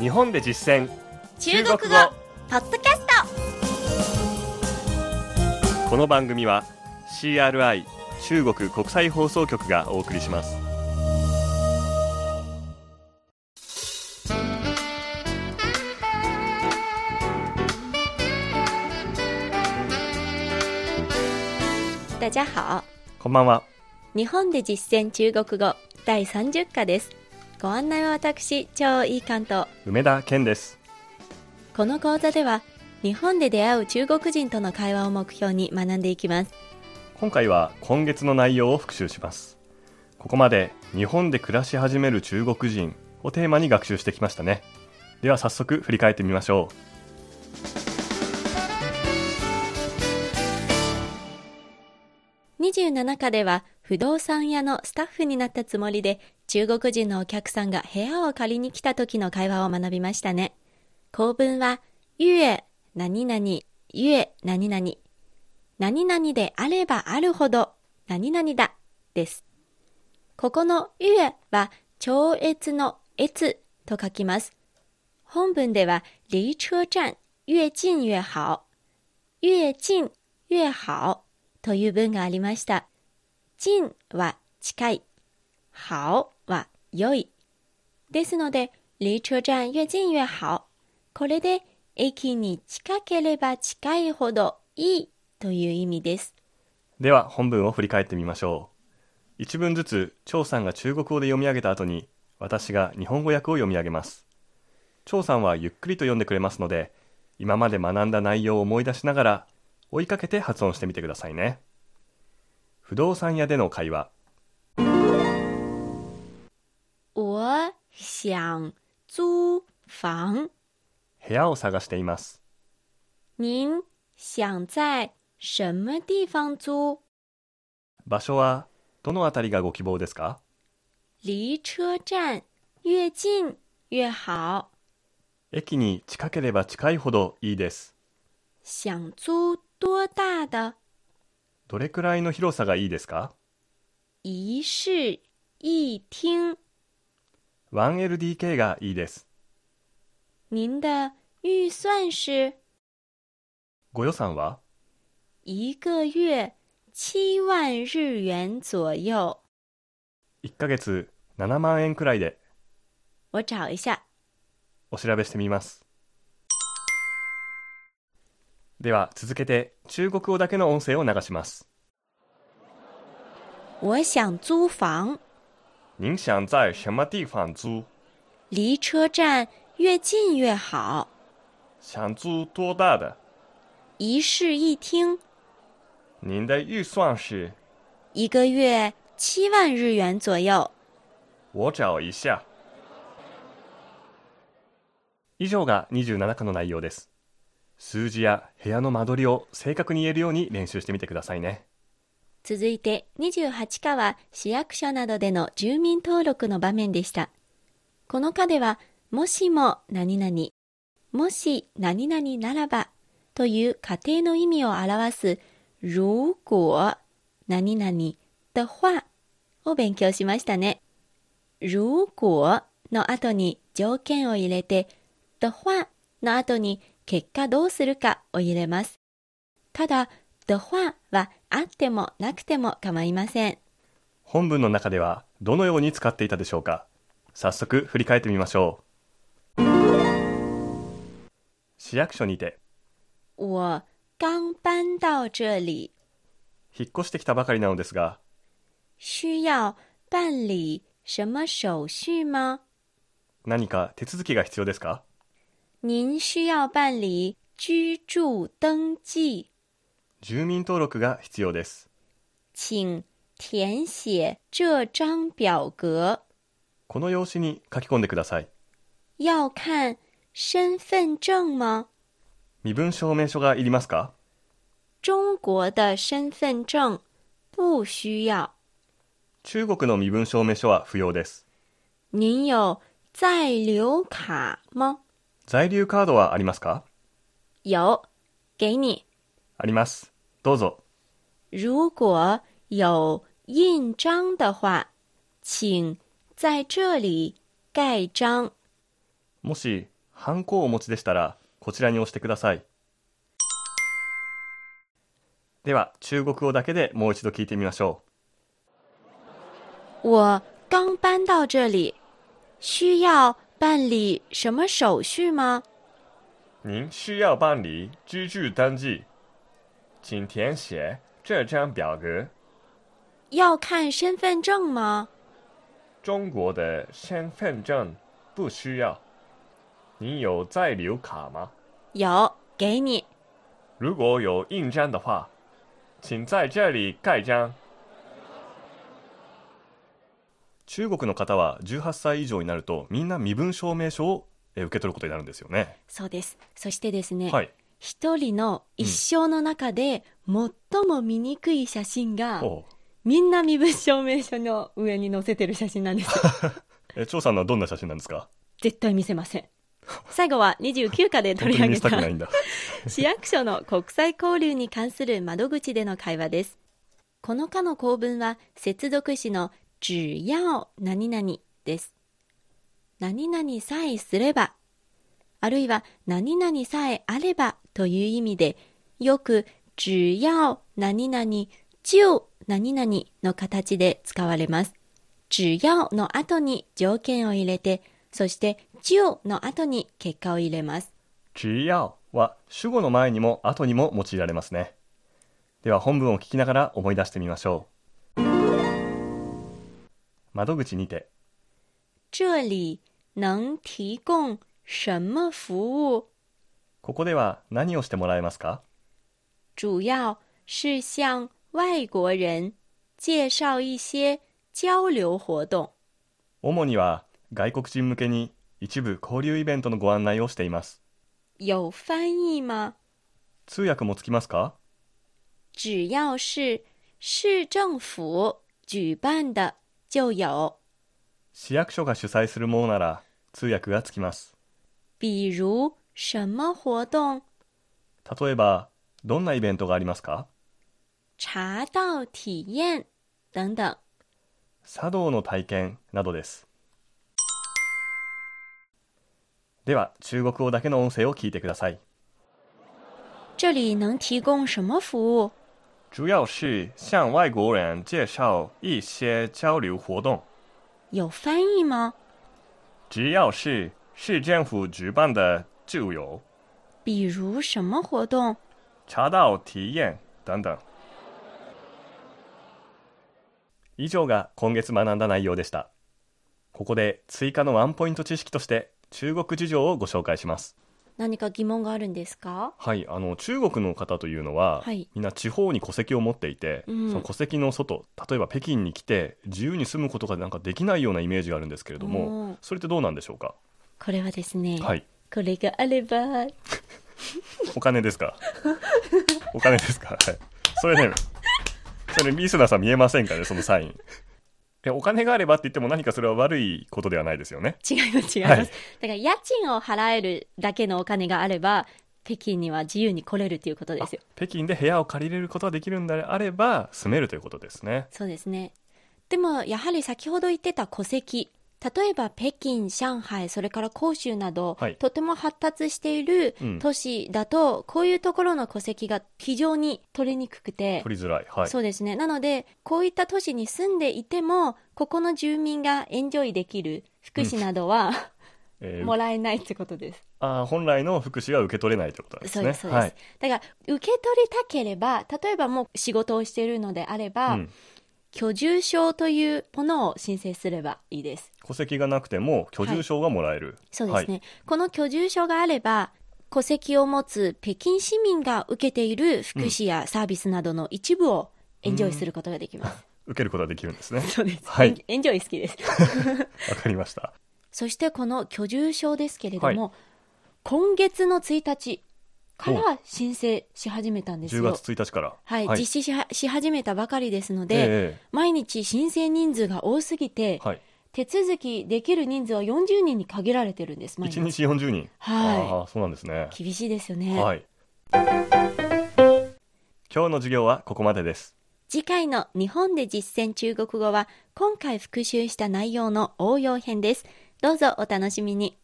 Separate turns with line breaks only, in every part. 日本で実践
中国語ポッドキャス
この番組は CRI 中国国際放送局がお送りします
ト大家好
こんばんは
日本で実践中国語第30課ですご案内は私超いい関東
梅田健です
この講座では日本で出会う中国人との会話を目標に学んでいきます
今回は今月の内容を復習しますここまで日本で暮らし始める中国人をテーマに学習してきましたねでは早速振り返ってみましょ
27課では不動産屋のスタッフになったつもりで中国人のお客さんが部屋を借りに来た時の会話を学びましたね。構文は、ゆえ、何々、ゆえ、何々。何々であればあるほど、何々だ、です。ここのゆえは、超越の越と書きます。本文では、離車站、越近越好。越近越好という文がありました。近は近い。好は良い。ですので、離車站越近越好。これで、駅に近ければ近いほどいいという意味です。
うでは本文を振り返ってみましょう一文ずつ張さんが中国語で読み上げた後に私が日本語訳を読み上げます張さんはゆっくりと読んでくれますので今まで学んだ内容を思い出しながら追いかけて発音してみてくださいね不動産屋での会話
我想租房。
部屋を探しています
您想在什么地方租？
場所はどのあたりがご希望ですか
离车站越近越好。
駅に近ければ近いほどいいです
想租多大的
どれくらいの広さがいいですか
一室一厅？
1LDK がいいです
您的预算是
ご予算は
一个月七万日元左右。
1ヶ月7万円くらいで
我找一下，
お調べしてみますでは続けて中国語だけの音声を流します
我想租房，
您想在什么地方租
离车站越近越好。
想租多大的
一室一厅，
您的预算是
一个月七万日元左右。
我找一下以上が27課の内容です数字や部屋の間取りを正確に言えるように練習してみてくださいね
続いて28課は市役所などでの住民登録の場面でした。この課では、もしも何々、もし何々ならばという仮定の意味を表す、如果何々的话を勉強しましたね。如果の後に条件を入れて、的话の後に結果どうするかを入れます。ただ、ドファはあって啊もなくても構いません。
本文の中ではどのように使っていたでしょうか早速振り返ってみましょう市役所にて
我刚搬到这里，
引っ越してきたばかりなのですが
需要办理什么手续吗？
何か手続きが必要ですか
您需要办理居住登记，
住民登録が必要です
请填写这张表格。
この用紙に書き込んでください
要看身份证吗？
身分証明書がいりますか
中国的身份证不需要。
中国の身分証明書は不要です
您有在留卡吗？
在留カードはありますか
有，给你。
ありますどうぞ
如果有印章的话，请在这里盖章。
もしハンコをお持ちでしたらこちらに押してくださいでは中国語だけでもう一度聞いてみましょう
我刚搬到这里，需要办理什么手续吗？
您需要办理居住登记，请填写这张表格。
要看身份证吗？
中国的身份证不需要。你有在留卡吗？
有，给你。
如果有印章的话，请在这里盖章。中国の方は18歳以上になるとみんな身分証明書をえー受け取ることになるんですよね。
そうです。そしてですね、
はい。
一人の一生の中で最も醜い写真が、
おう
みんな身分証明書の上に載せてる写真なんです。
え張さんのはどんな写真なんですか
絶対見せません。最後は29課で
本
取
当に
り上
見
げ
せた
た
くないんだ。
市役所の国際交流に関する窓口での会話です。この課の構文は接続詞の只要何々です。何々さえすれば、あるいは何々さえあればという意味で、よく只要何々就何々の形で使われます。只要の後に条件を入れて、そして就の後に結果を入れます。
只要は主語の前にも後にも用いられますね。では本文を聞きながら思い出してみましょう。窓口にて、
这里能提供什么服务？
ここでは何をしてもらえますか
主要是向外国人介绍一些交流活动。
主には外国人向けに一部交流イベントのご案内をしています。
有翻译吗？
通訳もつきますか
只要是市政府举办的就有，
市役所が主催するものなら通訳がつきます。
比如什么活动？
例えば、どんなイベントがありますか
茶道体验等等。
茶道の体験などですでは中国語だけの音声を聞いてください
这里能提供什么服务？
主要是向外国人介绍一些交流活动
有翻译吗？
只要是市政府举办的就有
比如什么活动？
茶道体验等等以上が今月学んだ内容でしたここで追加のワンポイント知識として中国事情をご紹介します
何か疑問があるんですか
はい、あの中国の方というのは、
はい
みんな地方に戸籍を持っていて、
うん
その戸籍の外例えば北京に来て自由に住むことがなんかできないようなイメージがあるんですけれど
おー
もそれってどうなんでしょうか、
これはですね、
はい、
これがあれ ば
お金ですかお金ですかはいそれねそれリスナーさん見えませんかねそのサインえお金があればって言っても何かそれは悪いことではないですよね
違います違いま
はい
す、だから家賃を払えるだけのお金があれば北京には自由に来れるということですよ
北京で部屋を借りれることができるんであれば住めるということですね
そうですねでもやはり先ほど言ってた戸籍例えば北京上海それから広州など、
はい
とても発達している
うん
都市だと、こういうところの戸籍が非常に取りにくくて
取りづらいはい
そうですね。なので、こういった都市に住んでいても、ここの住民がエンジョイできる福祉など は、
えー
もらえないってことです。
あー本来の福祉は受け取れないということなんです
そう
ね。
です、そうです。
はい
だから、受け取りたければ、例えばもう仕事をしているのであれば、
うん
居住証というものを申請すればいいです。
戸籍がなくても居住証がもらえる。
そうですね。この居住証があれば、戸籍を持つ北京市民が受けている福祉やサービスなどの一部をエンジョイすることができます。。
受けることができるんですね
そうです、
はい
エンエンジョイ好きです。
わかりました。
そしてこの居住証ですけれども、今月の1日から申請し始めたんです
10
よ。
月1日から。
はい、実施しはし始めたばかりですので、
え
毎日申請人数が多すぎて
え、はい。
手続きできる人数は40人に限られてるんです、毎
1
日。
日40人。
は
ああ、そうなんですね
い。。厳しいですよね。
はい。今日の授業はここまでです。
次回の日本で実践中国語は、今回復習した内容の応用編です。どうぞお楽しみに。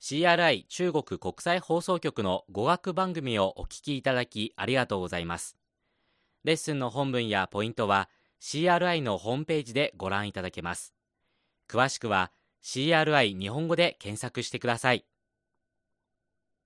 CRI 中国国際放送局の語学番組をお聞きいただきありがとうございます。レッスンの本文やポイントは CRI のホームページでご覧いただけます。詳しくは CRI 日本語で検索してください。